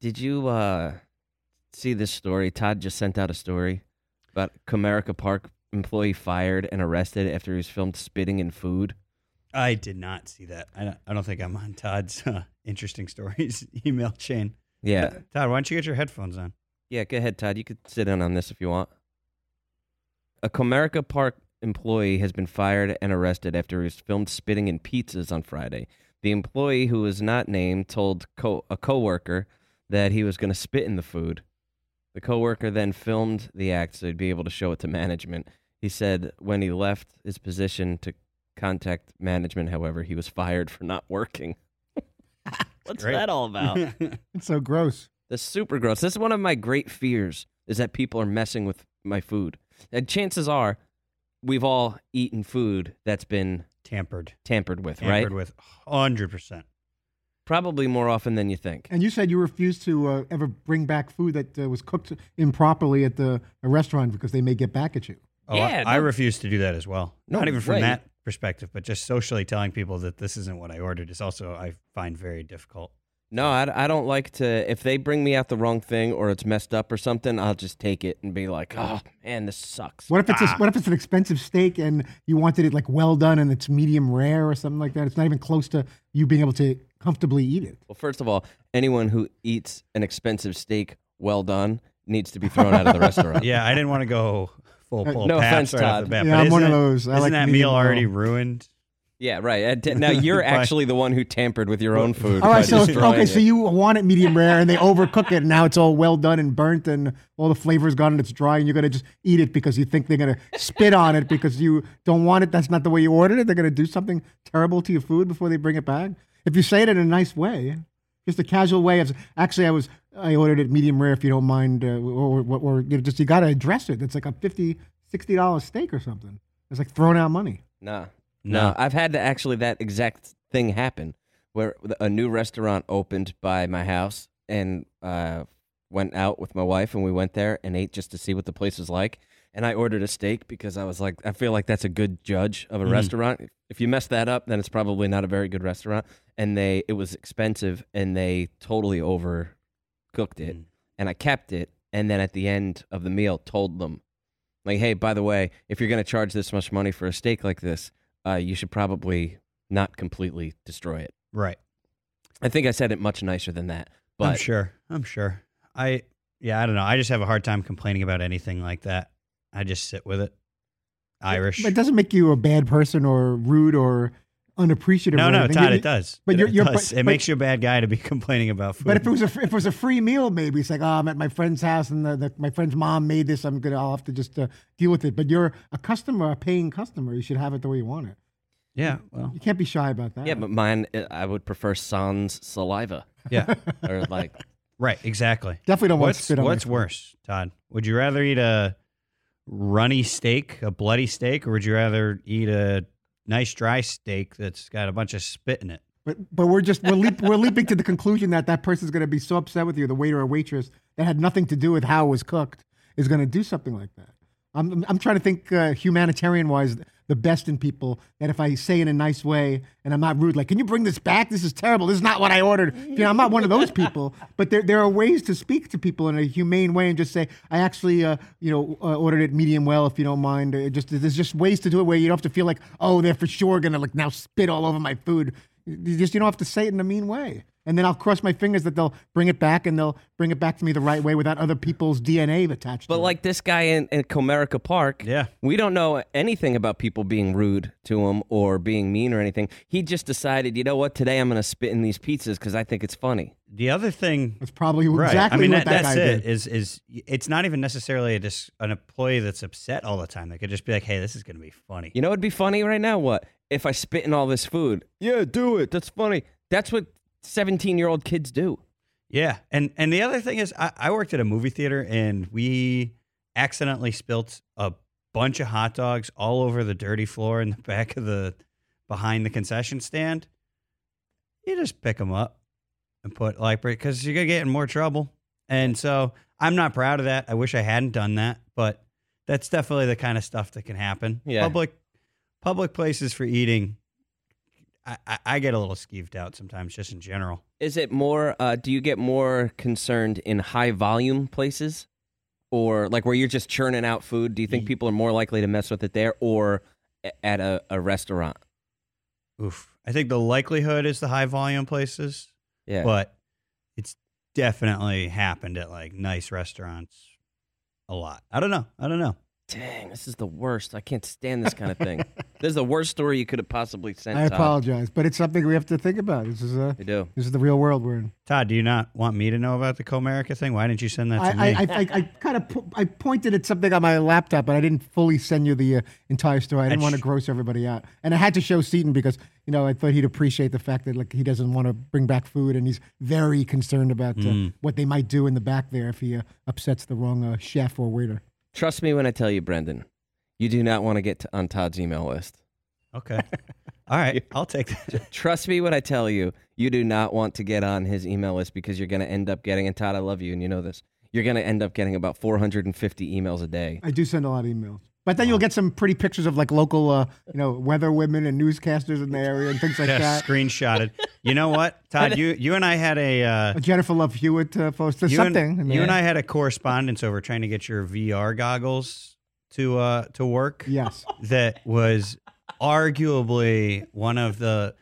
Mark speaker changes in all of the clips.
Speaker 1: Did you uh, see this story? Todd just sent out a story about Comerica Park employee fired and arrested after he was filmed spitting in food.
Speaker 2: I did not see that. I don't, I don't think I'm on Todd's uh, interesting stories email chain.
Speaker 1: Yeah,
Speaker 2: Todd, why don't you get your headphones on?
Speaker 1: yeah. Go ahead, Todd. You could sit in on this if you want. A Comerica Park employee has been fired and arrested after he was filmed spitting in pizzas on Friday. The employee, who was not named, told co- a coworker that he was going to spit in the food. The coworker then filmed the act so he'd be able to show it to management. He said when he left his position to contact management, however, he was fired for not working. What's
Speaker 2: Great.
Speaker 1: that all about?
Speaker 3: It's so gross.
Speaker 1: That's super gross. That's one of my great fears is that people are messing with my food. And chances are we've all eaten food that's been
Speaker 2: Tampered.
Speaker 1: tampered with,
Speaker 2: Tampered
Speaker 1: right?
Speaker 2: with 100%.
Speaker 1: Probably more often than you think.
Speaker 3: And you said you refused to uh, ever bring back food that uh, was cooked improperly at the a restaurant because they may get back at you.
Speaker 2: Oh,
Speaker 1: Yeah,
Speaker 2: I, I
Speaker 1: no-
Speaker 2: refuse to do that as well.
Speaker 1: No
Speaker 2: Not even from
Speaker 1: way.
Speaker 2: that perspective, but just socially telling people that this isn't what I ordered is also, I find very difficult.
Speaker 1: No, I, I don't like to. If they bring me out the wrong thing or it's messed up or something, I'll just take it and be like, oh, man, this sucks.
Speaker 3: What if it's a, what if it's an expensive steak and you wanted it like well done and it's medium rare or something like that? It's not even close to you being able to comfortably eat it.
Speaker 1: Well, first of all, anyone who eats an expensive steak well done needs to be thrown out of the restaurant.
Speaker 2: Yeah, I didn't want to go full pull
Speaker 1: No
Speaker 2: paps
Speaker 1: offense,
Speaker 2: right off the
Speaker 1: Todd.
Speaker 2: bat.
Speaker 3: Yeah,
Speaker 2: but
Speaker 3: I'm one
Speaker 2: isn't
Speaker 3: of
Speaker 2: it-
Speaker 3: those. I
Speaker 2: Isn't
Speaker 3: like
Speaker 2: that
Speaker 3: medium
Speaker 2: meal already
Speaker 3: well.
Speaker 2: ruined?
Speaker 1: Yeah, right. And t- Now you're
Speaker 2: Right.
Speaker 1: actually the one who tampered with your own food.
Speaker 3: All
Speaker 1: by
Speaker 3: right, so
Speaker 1: destroying
Speaker 3: okay, so
Speaker 1: it.
Speaker 3: you want it medium rare and they overcook it and now it's all well done and burnt and all the flavor's gone and it's dry and you're gonna just eat it because you think they're gonna spit on it because you don't want it. That's not the way you ordered it. They're gonna do something terrible to your food before they bring it back. If you say it in a nice way, just a casual way of actually, I was I ordered it medium rare if you don't mind, uh, or, or, or you know, just you gotta address it. It's like a 50 60 dollar steak or something. It's like throwing out money.
Speaker 1: Nah.
Speaker 2: No.
Speaker 1: No. I've had to actually that exact thing happen where a new restaurant opened by my house and uh, went out with my wife and we went there and ate just to see what the place was like. And I ordered a steak because I was like, I feel like that's a good judge of a restaurant. If you mess that up, then it's probably not a very good restaurant. And they, it was expensive and they totally overcooked it.
Speaker 2: Mm.
Speaker 1: And I kept it. And then at the end of the meal, told them, like, hey, by the way, if you're going to charge this much money for a steak like this, uh, you should probably not completely destroy it.
Speaker 2: Right.
Speaker 1: I think I said it much nicer than that, but
Speaker 2: I'm sure. I'm sure. I yeah, I don't know. I just have a hard time complaining about anything like that. I just sit with it. Irish.
Speaker 3: But it doesn't make you a bad person or rude or unappreciative.
Speaker 2: no,
Speaker 3: or
Speaker 2: no,
Speaker 3: anything.
Speaker 2: Todd,
Speaker 3: You-
Speaker 2: it does.
Speaker 3: but
Speaker 2: it,
Speaker 3: you're-
Speaker 2: it
Speaker 3: you're-
Speaker 2: does.
Speaker 3: but-
Speaker 2: it
Speaker 3: but-
Speaker 2: makes you a bad guy to be complaining about food.
Speaker 3: But if it was a fr- if it was a free meal, maybe it's like, oh, I'm at my friend's house and the, the, my friend's mom made this. I'm gonna I'll have to just uh, deal with it. But you're a customer, a paying customer. You should have it the way you want it.
Speaker 2: yeah, well,
Speaker 3: You can't be shy about that.
Speaker 1: yeah, but mine, uh, I would prefer sans saliva
Speaker 2: yeah,
Speaker 1: or like,
Speaker 2: right, exactly.
Speaker 3: definitely don't want to
Speaker 2: What's
Speaker 3: spit on. my
Speaker 2: what's
Speaker 3: food.
Speaker 2: worse, Todd? Would you rather eat a runny steak, a bloody steak, or would you rather eat a nice dry steak that's got a bunch of spit in it?
Speaker 3: But but we're just we're leap, we're leaping to the conclusion that that person's gonna be so upset with you, the waiter or waitress that had nothing to do with how it was cooked, is gonna do something like that. I'm I'm trying to think uh, humanitarian wise the best in people that if I say in a nice way and I'm not rude, like, can you bring this back? This is terrible. This is not what I ordered. You know, I'm not one of those people. But there there are ways to speak to people in a humane way and just say, I actually uh, you know uh, ordered it medium well if you don't mind. Uh, just there's just ways to do it where you don't have to feel like oh they're for sure gonna like now spit all over my food. You just you don't have to say it in a mean way. And then I'll cross my fingers that they'll bring it back and they'll bring it back to me the right way without other people's DNA attached.
Speaker 1: but
Speaker 3: to
Speaker 1: like this guy in, in Comerica Park,
Speaker 2: Yeah.
Speaker 1: we don't know anything about people being rude to him or being mean or anything. He just decided, you know what, today I'm going to spit in these pizzas because I think it's funny.
Speaker 2: The other thing
Speaker 3: it. that's probably
Speaker 2: Right.
Speaker 3: exactly
Speaker 2: I mean,
Speaker 3: what that,
Speaker 2: that's
Speaker 3: guy
Speaker 2: it.
Speaker 3: did.
Speaker 2: Is is it's not even necessarily a dis, an employee that's upset all the time. They could just be like, "Hey, this is going to be funny."
Speaker 1: You know, it'd be funny right now. What if I spit in all this food? Yeah, do it. That's funny. That's what 17 year old kids do.
Speaker 2: Yeah, and and the other thing is, I, I worked at a movie theater and we accidentally spilt a bunch of hot dogs all over the dirty floor in the back of the behind the concession stand. You just pick them up and put like because you're gonna get in more trouble. And so I'm not proud of that. I wish I hadn't done that, but that's definitely the kind of stuff that can happen.
Speaker 1: Yeah.
Speaker 2: Public public places for eating. I, I, I get a little skeeved out sometimes, just in general.
Speaker 1: Is it more? Uh, do you get more concerned in high volume places, or like where you're just churning out food? Do you think
Speaker 2: Ye-
Speaker 1: people are more likely to mess with it there, or a- at a, a restaurant?
Speaker 2: Oof. I think the likelihood is the high volume places,
Speaker 1: Yeah,
Speaker 2: but it's definitely happened at like nice restaurants a lot. I don't know. I don't know.
Speaker 1: dang, this is the worst. I can't stand this kind of thing. this is the worst story you could have possibly sent.
Speaker 3: I
Speaker 1: Todd.
Speaker 3: apologize, but it's something we have to think about. This is a
Speaker 1: I do.
Speaker 3: this is the real world we're in.
Speaker 2: Todd, do you not want me to know about the Comerica thing? Why didn't you send that to
Speaker 3: I,
Speaker 2: me?
Speaker 3: I, I, I, I kind of po- I pointed at something on my laptop, but I didn't fully send you the uh, entire story. I didn't
Speaker 2: That's-
Speaker 3: want to gross everybody out, and I had to show Seaton because you know I thought he'd appreciate the fact that like he doesn't want to bring back food, and he's very concerned about uh,
Speaker 2: Mm.
Speaker 3: what they might do in the back there if he uh, upsets the wrong uh, chef or waiter.
Speaker 1: Trust me when I tell you, Brendan, you do not want to get to, on Todd's email list.
Speaker 2: okay. All right. I'll take that.
Speaker 1: Trust me when I tell you, you do not want to get on his email list because you're going to end up getting, and Todd, I love you, and you know this, you're going to end up getting about 450 emails a day.
Speaker 3: I do send a lot of emails. But then you'll get some pretty pictures of like local, uh, you know, weather women and newscasters in the area and things like
Speaker 2: Yeah,
Speaker 3: that.
Speaker 2: screenshotted. You know what, Todd? You you and I had a uh,
Speaker 3: A Jennifer Love Hewitt uh, post or
Speaker 2: you
Speaker 3: something.
Speaker 2: And, you and I had a correspondence over trying to get your VR goggles to uh, to work.
Speaker 3: Yes.
Speaker 2: that was arguably one of the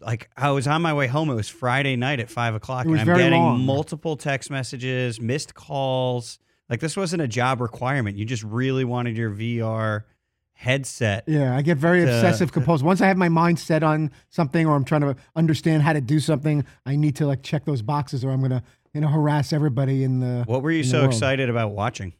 Speaker 2: like I was on my way home. It was Friday night at five o'clock,
Speaker 3: It was
Speaker 2: and I'm
Speaker 3: very
Speaker 2: getting
Speaker 3: long.
Speaker 2: multiple text messages, missed calls. Like this wasn't a job requirement. You just really wanted your VR headset.
Speaker 3: Yeah, I get very
Speaker 2: The-
Speaker 3: obsessive compulsive. Once I have my mind set on something or I'm trying to understand how to do something, I need to like check those boxes or I'm going to, you know, harass everybody in the.
Speaker 2: What were you
Speaker 3: in the
Speaker 2: so
Speaker 3: world.
Speaker 2: excited about watching?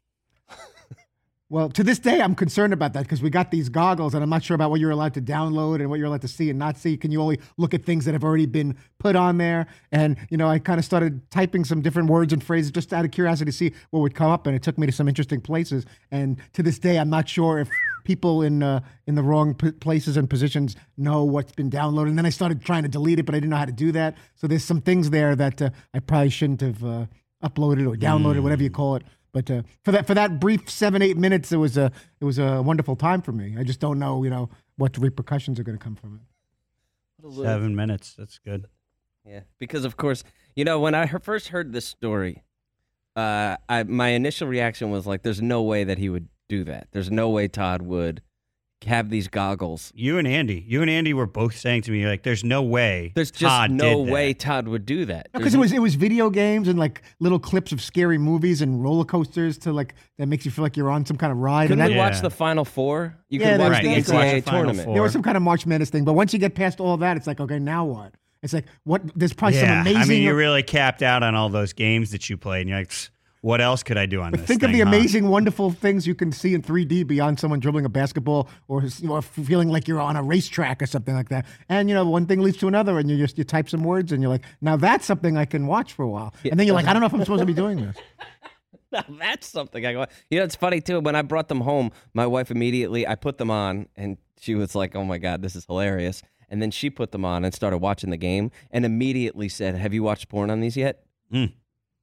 Speaker 3: Well, to this day, I'm concerned about that because we got these goggles, and I'm not sure about what you're allowed to download and what you're allowed to see and not see. Can you only look at things that have already been put on there? And you know, I kind of started typing some different words and phrases just out of curiosity to see what would come up, and it took me to some interesting places. And to this day, I'm not sure if people in uh, in the wrong p- places and positions know what's been downloaded. And then I started trying to delete it, but I didn't know how to do that. So there's some things there that uh, I probably shouldn't have. Uh, uploaded or downloaded, whatever you
Speaker 2: Hmm.
Speaker 3: call it. But uh, for that for that brief seven eight minutes, it was a it was a wonderful time for me. I just don't know, you know, what repercussions are going to come from it.
Speaker 2: Seven minutes. That's good.
Speaker 1: Yeah, because of course, you know, when I he- first heard this story, uh, I, my initial reaction was like, there's no way that he would do that. There's no way Todd would have these goggles.
Speaker 2: You and Andy. You and Andy were both saying to me like, "There's no way.
Speaker 1: There's just
Speaker 2: Todd
Speaker 1: no
Speaker 2: did that."
Speaker 1: way Todd would do that.
Speaker 3: Because
Speaker 1: There's-
Speaker 3: it was it was video games and like little clips of scary movies and roller coasters to like that makes you feel like you're on some kind of ride.
Speaker 1: couldn't
Speaker 3: And that,
Speaker 1: we
Speaker 2: Yeah.
Speaker 1: watch the Final Four? You
Speaker 3: Yeah,
Speaker 1: could watch
Speaker 3: there was
Speaker 1: the
Speaker 3: that. You could watch
Speaker 1: NCAA
Speaker 2: the Final
Speaker 1: tournament.
Speaker 2: Four.
Speaker 3: there was some kind of March Madness thing, but once you get past all that, it's like okay, now what? It's like what? There's probably some amazing.
Speaker 2: I mean, you really capped out on all those games that you played, and you're like, "Pfft, what else could I do on
Speaker 3: But
Speaker 2: this?
Speaker 3: think of
Speaker 2: thing,
Speaker 3: the
Speaker 2: huh?"
Speaker 3: amazing, wonderful things you can see in 3D beyond someone dribbling a basketball or, or feeling like you're on a racetrack or something like that. And you know, one thing leads to another, and you just you type some words, and you're like, now that's something I can watch for a while. And then you're like, I don't know if I'm supposed to be doing this.
Speaker 1: Now that's something I go. You know, it's funny too. When I brought them home, my wife immediately I put them on, and she was like, "Oh my god, this is hilarious." And then she put them on and started watching the game, and immediately said, "Have you watched porn on these yet?"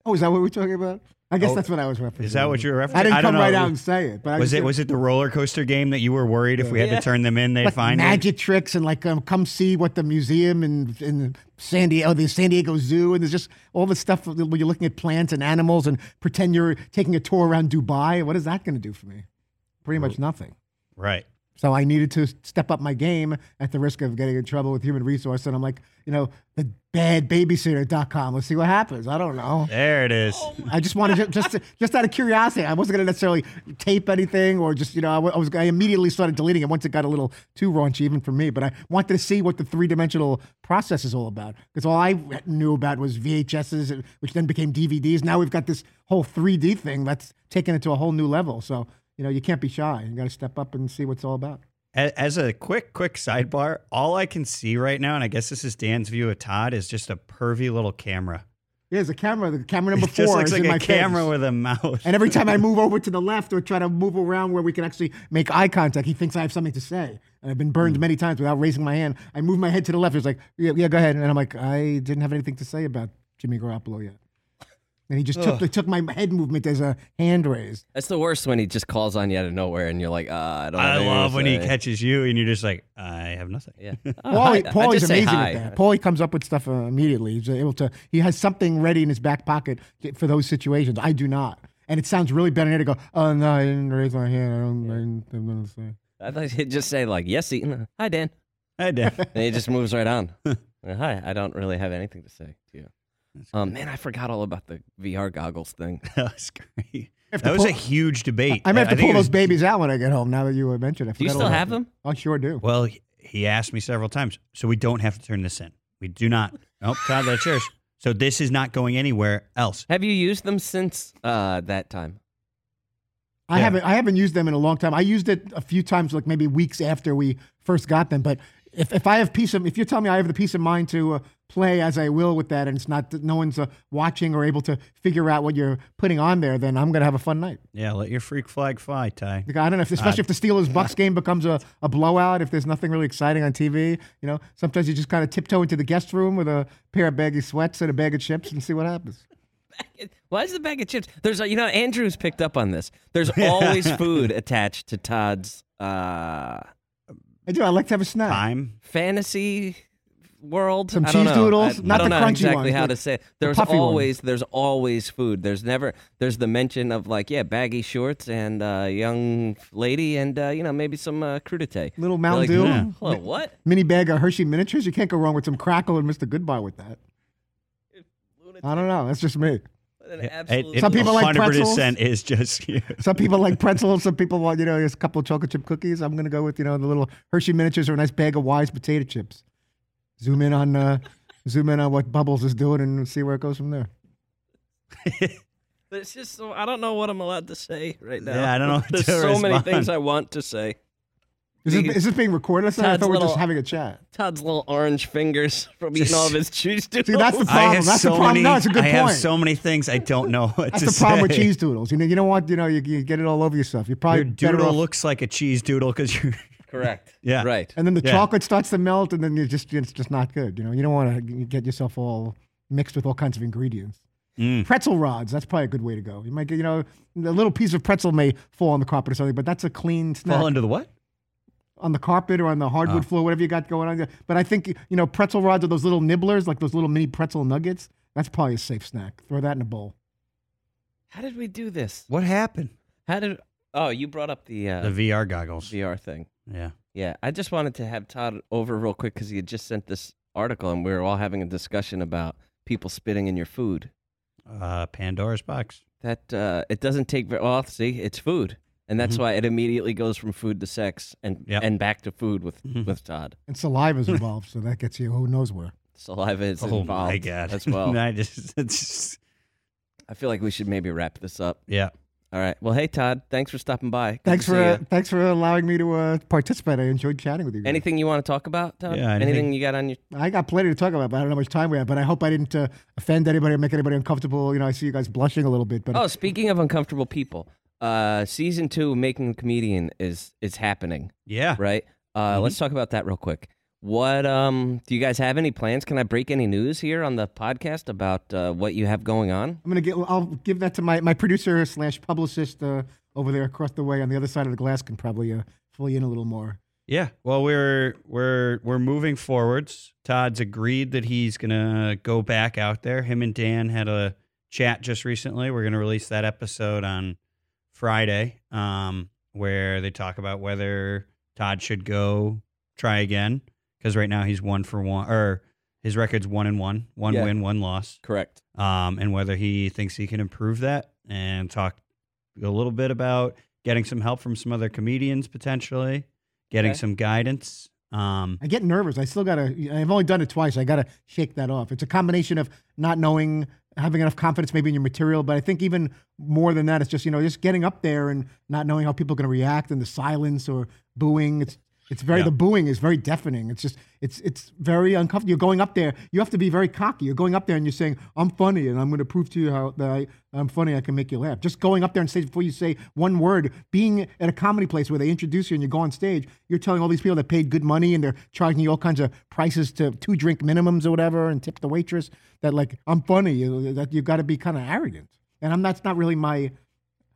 Speaker 3: Oh, is that what we're talking about? I guess that's what I was referencing.
Speaker 2: Oh, Is that what you were referencing?
Speaker 3: I didn't
Speaker 2: I don't
Speaker 3: come
Speaker 2: know.
Speaker 3: right out and say it, but I
Speaker 2: Was
Speaker 3: just-
Speaker 2: it was it the roller coaster game that you were worried if we had
Speaker 1: Yeah.
Speaker 2: to turn them in, they'd
Speaker 3: like
Speaker 2: find it?
Speaker 3: magic tricks and like um, come see what the museum in in San Diego, the San Diego Zoo, and there's just all the stuff where you're looking at plants and animals and pretend you're taking a tour around Dubai. What is that going to do for me? Pretty much nothing.
Speaker 2: Right.
Speaker 3: So I needed to step up my game at the risk of getting in trouble with human resource. And I'm like, you know, the badbabysitter.com. Let's see what happens. I don't know.
Speaker 2: There it is.
Speaker 3: I just wanted to, just just out of curiosity. I wasn't going to necessarily tape anything or just you know I, wa- I was I immediately started deleting it once it got a little too raunchy even for me. But I wanted to see what the three dimensional process is all about because all I knew about was VHSs, which then became DVDs. Now we've got this whole 3D thing that's taken it to a whole new level. So you know you can't be shy. You got to step up and see what it's all about.
Speaker 2: A- As a quick, quick sidebar, all I can see right now, and I guess this is Dan's view of Todd, is just a pervy little camera.
Speaker 3: Here's a camera. The camera number
Speaker 2: It just
Speaker 3: four
Speaker 2: looks
Speaker 3: is
Speaker 2: like
Speaker 3: in
Speaker 2: a
Speaker 3: my
Speaker 2: camera
Speaker 3: face.
Speaker 2: with a mouse.
Speaker 3: And every time I move over to the left or try to move around where we can actually make eye contact, he thinks I have something to say. And I've been burned
Speaker 1: Mm.
Speaker 3: many times without raising my hand. I move my head to the left. He's like, yeah, yeah, go ahead. And I'm like, I didn't have anything to say about Jimmy Garoppolo yet. And he just took,
Speaker 2: Ugh.
Speaker 3: they took my head movement as a hand raise.
Speaker 1: That's the worst when he just calls on you out of nowhere and you're like, uh, I don't. have
Speaker 2: I
Speaker 1: anything to
Speaker 2: love when he
Speaker 1: say."
Speaker 2: catches you and you're just like, I have nothing.
Speaker 1: Yeah.
Speaker 3: Paulie,
Speaker 1: Oh, I- I
Speaker 3: Paulie's
Speaker 1: just say
Speaker 3: amazing
Speaker 1: hi.
Speaker 3: at that. Paulie comes up with stuff uh, immediately. He's able to. He has something ready in his back pocket for those situations. I do not, and it sounds really bad to go. Oh no, I didn't raise my hand. I don't. I didn't, I didn't say."
Speaker 1: I thought he'd just say like, "Yes, Eaton. Hi, Dan."
Speaker 2: I did.
Speaker 1: And he just moves right on. Uh, Hi, I don't really have anything to say to you. Um, man, I forgot all about the VR goggles thing.
Speaker 2: that was great.
Speaker 3: Have to
Speaker 2: That was a
Speaker 3: pull-
Speaker 2: huge debate.
Speaker 3: I'm gonna have to
Speaker 2: think
Speaker 3: pull
Speaker 2: it was-
Speaker 3: those babies out when I get home. Now that you uh, mentioned it, I
Speaker 1: Do you
Speaker 3: forgot
Speaker 1: still
Speaker 3: all about
Speaker 1: have
Speaker 3: that.
Speaker 1: them?
Speaker 3: I sure do.
Speaker 2: Well, he- he asked me several times, so we don't have to turn this in. We do not. Nope, Todd, that's yours. So this is not going anywhere else.
Speaker 1: Have you used them since uh, that time?
Speaker 3: I
Speaker 2: yeah.
Speaker 3: haven't. I haven't used them in a long time. I used it a few times, like maybe weeks after we first got them. But if, if I have peace of, if you're telling me I have the peace of mind to uh, play as I will with that, and it's not that no one's uh, watching or able to figure out what you're putting on there, then I'm gonna have a fun night.
Speaker 2: Yeah, let your freak flag fly, Ty.
Speaker 3: Like, I don't know, if, especially if the Steelers Bucks game becomes a, a blowout, if there's nothing really exciting on TV, you know, sometimes you just kind of tiptoe into the guest room with a pair of baggy sweats and a bag of chips and see what happens.
Speaker 1: Why is the bag of chips? There's, a, you know, Andrew's picked up on this. There's always food attached to Todd's uh,
Speaker 3: I do. I like to have a snack.
Speaker 2: Time.
Speaker 1: fantasy world.
Speaker 3: Some
Speaker 1: I don't
Speaker 3: cheese
Speaker 1: know.
Speaker 3: doodles?
Speaker 1: I,
Speaker 3: Not
Speaker 1: I don't
Speaker 3: the
Speaker 1: know
Speaker 3: crunchy
Speaker 1: exactly
Speaker 3: ones,
Speaker 1: how
Speaker 3: like
Speaker 1: to say. It.
Speaker 3: the
Speaker 1: There's
Speaker 3: puffy ones.
Speaker 1: always there's always food. There's never there's the mention of like yeah baggy shorts and uh, young lady and uh, you know maybe some uh, crudite. You're
Speaker 3: Little Mountain
Speaker 1: like,
Speaker 3: Dew.
Speaker 1: "Hmm, hello, what?
Speaker 3: Mini bag of Hershey miniatures. You can't go wrong with some crackle and Mr. Goodbye with that. I don't know. That's just me.
Speaker 1: What an
Speaker 2: It-
Speaker 1: absolute
Speaker 2: it-
Speaker 3: Some people like
Speaker 2: 100% is just you.
Speaker 3: Some people like pretzels. Some people want, you know, just a couple of chocolate chip cookies. I'm going to go with, you know, the little Hershey miniatures or a nice bag of Wise potato chips. Zoom in on, uh, zoom in on what Bubbles is doing and see where it goes from there.
Speaker 1: But It's just so I don't know what I'm allowed to say right now.
Speaker 2: Yeah, I don't know what
Speaker 1: There's
Speaker 2: to
Speaker 1: so many
Speaker 2: respond.
Speaker 1: things I want to say.
Speaker 3: Is
Speaker 1: The-
Speaker 3: this, is this being recorded? I thought
Speaker 1: Todd's
Speaker 3: we were
Speaker 1: little-
Speaker 3: just having a chat.
Speaker 1: Todd's little orange fingers from eating all of his cheese doodles. Ah,
Speaker 3: See, that's the problem.
Speaker 2: I have
Speaker 3: That's
Speaker 2: so
Speaker 3: the problem.
Speaker 2: many.
Speaker 3: No, it's a good
Speaker 2: I have
Speaker 3: point.
Speaker 2: so many things I don't know what
Speaker 3: That's
Speaker 2: to
Speaker 3: the problem with
Speaker 2: say.
Speaker 3: cheese doodles. You know, you don't want, you know, you, you get it all over yourself. You're probably
Speaker 2: Your
Speaker 3: better
Speaker 2: doodle
Speaker 3: off.
Speaker 2: looks like a cheese doodle because you're.
Speaker 1: correct.
Speaker 2: Yeah.
Speaker 1: Right.
Speaker 3: and then the
Speaker 2: yeah.
Speaker 3: chocolate starts to melt, and then you're just, it's just not good. You know, you don't want to get yourself all mixed with all kinds of ingredients.
Speaker 2: Mm.
Speaker 3: Pretzel rods. That's probably a good way to go. You might get, you know, a little piece of pretzel may fall on the carpet or something, but that's a clean snack
Speaker 2: Fall Ah. into the what?
Speaker 3: on the carpet or on the hardwood floor, whatever you got going on. there. But I think, you know, pretzel rods are those little nibblers, like those little mini pretzel nuggets. That's probably a safe snack. Throw that in a bowl.
Speaker 1: How did we do this?
Speaker 2: What happened?
Speaker 1: How did? Oh, you brought up the, uh,
Speaker 2: The VR goggles.
Speaker 1: VR thing.
Speaker 2: Yeah.
Speaker 1: Yeah, I just wanted to have Todd over real quick because he had just sent this article, and we were all having a discussion about people spitting in your food.
Speaker 2: Uh, Pandora's box.
Speaker 1: That uh, it doesn't take very well. See, it's food, and that's why it immediately goes from food to sex and
Speaker 2: Mm-hmm. Yep.
Speaker 1: and back to food with
Speaker 2: Mhm.
Speaker 1: with Todd.
Speaker 3: And saliva's involved, so that gets you who knows where.
Speaker 1: Saliva is
Speaker 2: oh
Speaker 1: involved
Speaker 2: my god.
Speaker 1: as well.
Speaker 2: I just, it's just-
Speaker 1: I feel like we should maybe wrap this up.
Speaker 2: yeah.
Speaker 1: All right. Well, hey Todd, thanks for stopping by. Good
Speaker 3: Thanks
Speaker 1: to
Speaker 3: for
Speaker 1: see
Speaker 3: uh,
Speaker 1: you.
Speaker 3: thanks for allowing me to uh, participate. I enjoyed chatting with you. guys.
Speaker 1: anything you want to talk about, Todd.
Speaker 2: Yeah,
Speaker 1: anything,
Speaker 2: anything-
Speaker 1: you got on your?
Speaker 3: I got plenty to talk about, but I don't know how much time we have. But I hope I didn't uh, offend anybody or make anybody uncomfortable. You know, I see you guys blushing a little bit, but
Speaker 1: Oh, speaking of uncomfortable people, uh, season two, of Making the Comedian is is happening.
Speaker 2: Yeah.
Speaker 1: right? Uh, Let's talk about that real quick. What um, do you guys have any plans? Can I break any news here on the podcast about uh, what you have going on?
Speaker 3: I'm gonna get. I'll give that to my my producer slash publicist uh, over there across the way on the other side of the glass can probably uh, fill you in a little more.
Speaker 2: Yeah. Well, we're we're we're moving forwards. Todd's agreed that he's gonna go back out there. Him and Dan had a chat just recently. We're gonna release that episode on Friday, um, where they talk about whether Todd should go try again because right now he's one for one, or his record's one and one, one
Speaker 1: Yeah.
Speaker 2: win, one loss,
Speaker 1: Correct.
Speaker 2: um, and whether he thinks he can improve that. And talk a little bit about getting some help from some other comedians potentially, getting
Speaker 1: Okay.
Speaker 2: some guidance. Um,
Speaker 3: I get nervous. I still gotta. I've only done it twice. I gotta shake that off. It's a combination of not knowing, having enough confidence maybe in your material, but I think even more than that, it's just you know just getting up there and not knowing how people are gonna react and the silence or booing. It's It's very
Speaker 2: Yeah.
Speaker 3: the booing is very deafening. It's just it's it's very uncomfortable. You're going up there. You have to be very cocky. You're going up there and you're saying I'm funny and I'm going to prove to you how that I, I'm funny. I can make you laugh. Just going up there on stage before you say one word. Being at a comedy place where they introduce you and you go on stage, you're telling all these people that paid good money and they're charging you all kinds of prices to two drink minimums or whatever and tip the waitress that like I'm funny. You, that you got to be kind of arrogant. And I'm that's not really my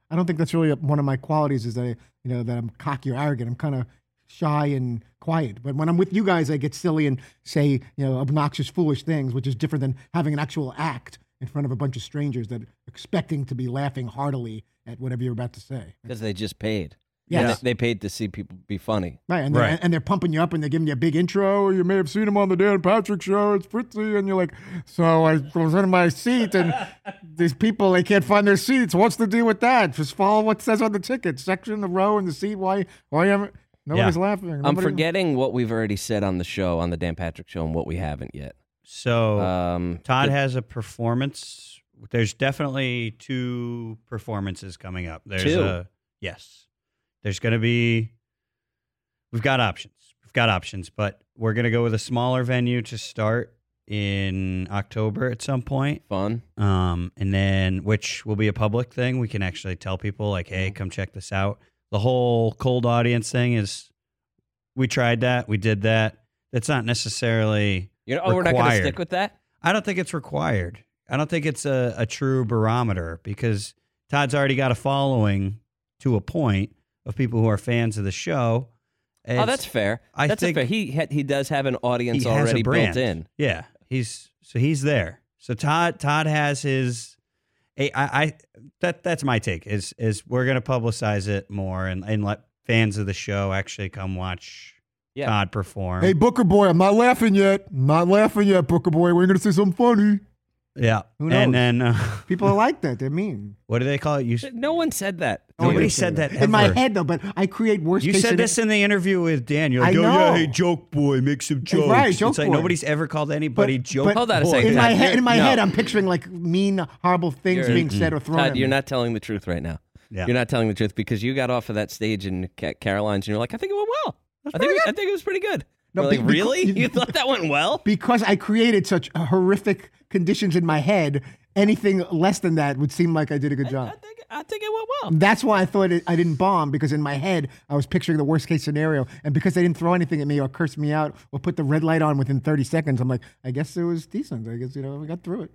Speaker 3: I don't think that's really one of my qualities is that I, you know that I'm cocky or arrogant. I'm kind of shy and quiet. But when I'm with you guys, I get silly and say you know obnoxious, foolish things, which is different than having an actual act in front of a bunch of strangers that are expecting to be laughing heartily at whatever you're about to say.
Speaker 1: because they just paid.
Speaker 3: Yes.
Speaker 1: And They, they paid to see people be funny.
Speaker 3: Right, and,
Speaker 2: Right.
Speaker 3: They're, and they're pumping you up and they're giving you a big intro. You may have seen him on the Dan Patrick show. It's Fritzy. And you're like, so I was in my seat and these people, they can't find their seats. What's the deal with that? Just follow what says on the ticket. Section, the row, and the seat. Why, why am Nobody's
Speaker 2: Yeah.
Speaker 3: laughing.
Speaker 1: I'm
Speaker 3: Nobody-
Speaker 1: forgetting what we've already said on the show, on the Dan Patrick show, and what we haven't yet.
Speaker 2: So
Speaker 1: Um,
Speaker 2: Oh, Todd
Speaker 1: the-
Speaker 2: has a performance. There's definitely two performances coming up. There's
Speaker 1: Two?
Speaker 2: a yes. There's going to be we've got options. We've got options, but we're going to go with a smaller venue to start in October at some point.
Speaker 1: fun.
Speaker 2: Um, and then which will be a public thing. We can actually tell people like, "Hey, come check this out." The whole cold audience thing is we tried that, we did that. That's not necessarily
Speaker 1: You know, oh, we're not going to
Speaker 2: Required.
Speaker 1: stick with that.
Speaker 2: I don't think it's required. I don't think it's a, a true barometer because Todd's already got a following to a point of people who are fans of the show.
Speaker 1: oh,
Speaker 2: It's-
Speaker 1: that's fair.
Speaker 2: I
Speaker 1: that's a
Speaker 2: think-
Speaker 1: fair. He ha- he does have an
Speaker 2: he
Speaker 1: audience
Speaker 2: has
Speaker 1: already
Speaker 2: a brand.
Speaker 1: built in.
Speaker 2: Yeah, he's so he's there. So Todd Todd has his. I, I I- that that's my take is is we're gonna publicize it more and and let fans of the show actually come watch
Speaker 1: Yeah.
Speaker 2: Todd perform.
Speaker 3: Hey, Booker Boy, I'm not laughing yet. I'm not laughing yet, Booker Boy. We're going to say something funny.
Speaker 2: yeah,
Speaker 3: Who knows?
Speaker 2: and then uh,
Speaker 3: People are like that. They're mean.
Speaker 2: what do they call it? You s-
Speaker 1: No one said that.
Speaker 2: Nobody
Speaker 3: Nobody
Speaker 2: said that
Speaker 3: In my
Speaker 2: ever.
Speaker 3: head, though, but I create worst
Speaker 2: You
Speaker 3: case
Speaker 2: said
Speaker 3: scenario-
Speaker 2: this in the interview with Dan. You're like,
Speaker 3: I
Speaker 2: oh, yeah,
Speaker 3: know.
Speaker 2: hey, joke boy, make some jokes.
Speaker 3: right, joke
Speaker 2: it's like
Speaker 3: boy.
Speaker 2: nobody's ever called anybody
Speaker 3: But-
Speaker 2: joke
Speaker 3: but-
Speaker 1: Hold on a
Speaker 2: boy.
Speaker 1: second.
Speaker 3: In
Speaker 1: Todd,
Speaker 3: my head,
Speaker 1: you're-
Speaker 3: in my
Speaker 1: no.
Speaker 3: head, I'm picturing like mean, horrible things
Speaker 1: You're-
Speaker 3: being said or thrown. at
Speaker 1: Todd,
Speaker 3: me.
Speaker 1: you're not telling the truth right now.
Speaker 2: Yeah.
Speaker 1: You're not telling the truth because you got off of that stage in Ca- Caroline's and you're like, I think it went well. I think we, I think it was pretty good.
Speaker 3: No,
Speaker 1: We're
Speaker 3: be-
Speaker 1: like,
Speaker 3: becau-
Speaker 1: really?
Speaker 3: you-
Speaker 1: You thought that went well?
Speaker 3: because I created such horrific conditions in my head. Anything less than that would seem like I did a good job.
Speaker 1: I think I think it went well.
Speaker 3: That's why I thought it, I didn't bomb because in my head I was picturing the worst case scenario, and because they didn't throw anything at me or curse me out or put the red light on within 30 seconds, I'm like, I guess it was decent. I guess you know we got through it.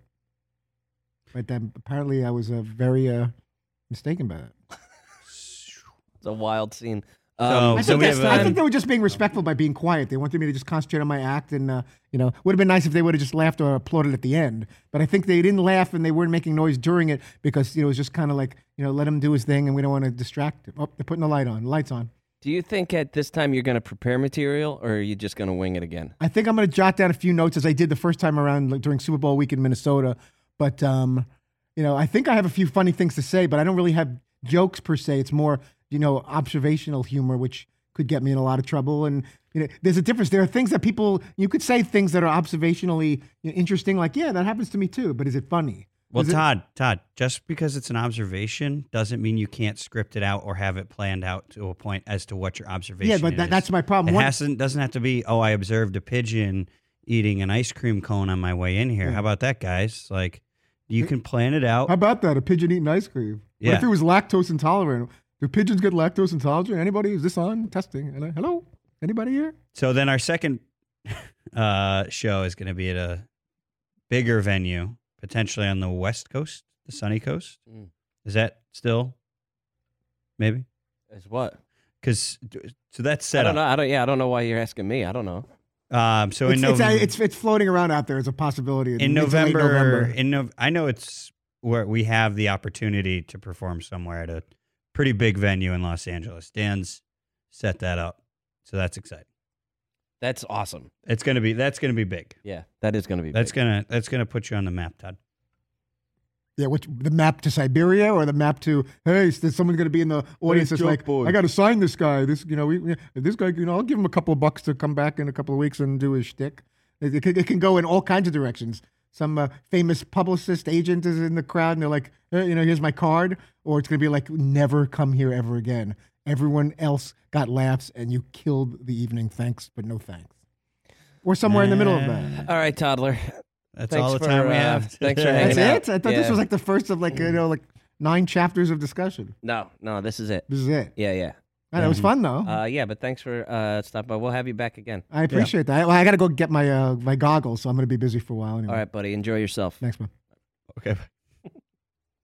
Speaker 3: But then apparently I was uh, very uh, mistaken by that.
Speaker 1: It's a wild scene.
Speaker 2: So-
Speaker 1: Um,
Speaker 3: I
Speaker 2: so
Speaker 3: think,
Speaker 2: we
Speaker 3: that's-
Speaker 2: have,
Speaker 3: I
Speaker 2: um,
Speaker 3: think they were just being respectful by being quiet. They wanted me to just concentrate on my act, and uh, you know, would have been nice if they would have just laughed or applauded at the end. But I think they didn't laugh and they weren't making noise during it because you know it was just kind of like you know let him do his thing, and we don't want to distract him. Oh, they're putting the light on. Lights on.
Speaker 1: do you think at this time you're going to prepare material or are you just going to wing it again?
Speaker 3: I think I'm going to jot down a few notes as I did the first time around like, during Super Bowl week in Minnesota. But um, you know, I think I have a few funny things to say, but I don't really have jokes per se. It's more you know observational humor, which could get me in a lot of trouble. And you know, there's a difference. There are things that people you could say things that are observationally you know, interesting, like yeah, that happens to me too. But is it funny?
Speaker 2: well,
Speaker 3: Is it-
Speaker 2: Todd, Todd, just because it's an observation doesn't mean you can't script it out or have it planned out to a point as to what your observation
Speaker 3: yeah,
Speaker 2: is.
Speaker 3: but that, that's my problem.
Speaker 2: It
Speaker 3: One-
Speaker 2: hasn't, doesn't have to be, oh, I observed a pigeon eating an ice cream cone on my way in here. How about that, guys? Like, you can plan it out.
Speaker 3: How about that? A pigeon eating ice cream. What if
Speaker 2: Yeah.
Speaker 3: it was lactose intolerant? Do pigeons get lactose intolerant? Anybody? Is this on testing? Hello? Hello? Anybody here?
Speaker 2: So then our second uh, show is going to be at a bigger venue, potentially on the West Coast, the Sunny Coast.
Speaker 1: Mm.
Speaker 2: Is that still maybe?
Speaker 1: As what?
Speaker 2: Because so that's
Speaker 1: I
Speaker 2: set
Speaker 1: don't know.
Speaker 2: up.
Speaker 1: I don't. Yeah, I don't know why you're asking me. I don't know.
Speaker 2: Um, so in
Speaker 3: it's, it's,
Speaker 2: November,
Speaker 3: it's it's floating around out there as a possibility.
Speaker 2: in
Speaker 3: mid to late
Speaker 2: November, in Nov, I know it's where we have the opportunity to perform somewhere at a pretty big venue in Los Angeles. Dan's set that up, so that's exciting.
Speaker 1: That's awesome.
Speaker 2: It's gonna be that's gonna be big.
Speaker 1: Yeah, that is going to be.
Speaker 2: That's
Speaker 1: big.
Speaker 2: gonna that's gonna put you on the map, Todd.
Speaker 3: yeah, which the map to Siberia or the map to hey, is there someone going to be in the audience that's
Speaker 1: joke
Speaker 3: like,
Speaker 1: boy.
Speaker 3: I got to sign this guy. This you know, we, we- this guy, you know, I'll give him a couple of bucks to come back in a couple of weeks and do his shtick. It, it, can- it can go in all kinds of directions. Some uh, famous publicist agent is in the crowd, and they're like, hey, you know, here's my card. Or it's going to be like, never come here ever again. Everyone else got laughs, and you killed the evening. Thanks, but no thanks. Or somewhere in the middle of that.
Speaker 1: All right, toddler.
Speaker 2: That's
Speaker 1: Thanks
Speaker 2: all the
Speaker 1: for,
Speaker 2: time we
Speaker 1: uh,
Speaker 2: have.
Speaker 1: thanks for
Speaker 3: That's
Speaker 1: hanging out.
Speaker 3: it. I thought this
Speaker 1: Yeah.
Speaker 3: was like the first of like you know like nine chapters of discussion.
Speaker 1: No, no, this is it.
Speaker 3: This is it.
Speaker 1: Yeah, yeah.
Speaker 3: Man, it was fun though.
Speaker 1: Uh, yeah, but thanks for uh, stopping by. We'll have you back again.
Speaker 3: I appreciate that. Well, I got to go get my uh, my goggles, so I'm going to be busy for a while anyway.
Speaker 1: All right, buddy. Enjoy yourself.
Speaker 3: Thanks, man.
Speaker 2: Okay.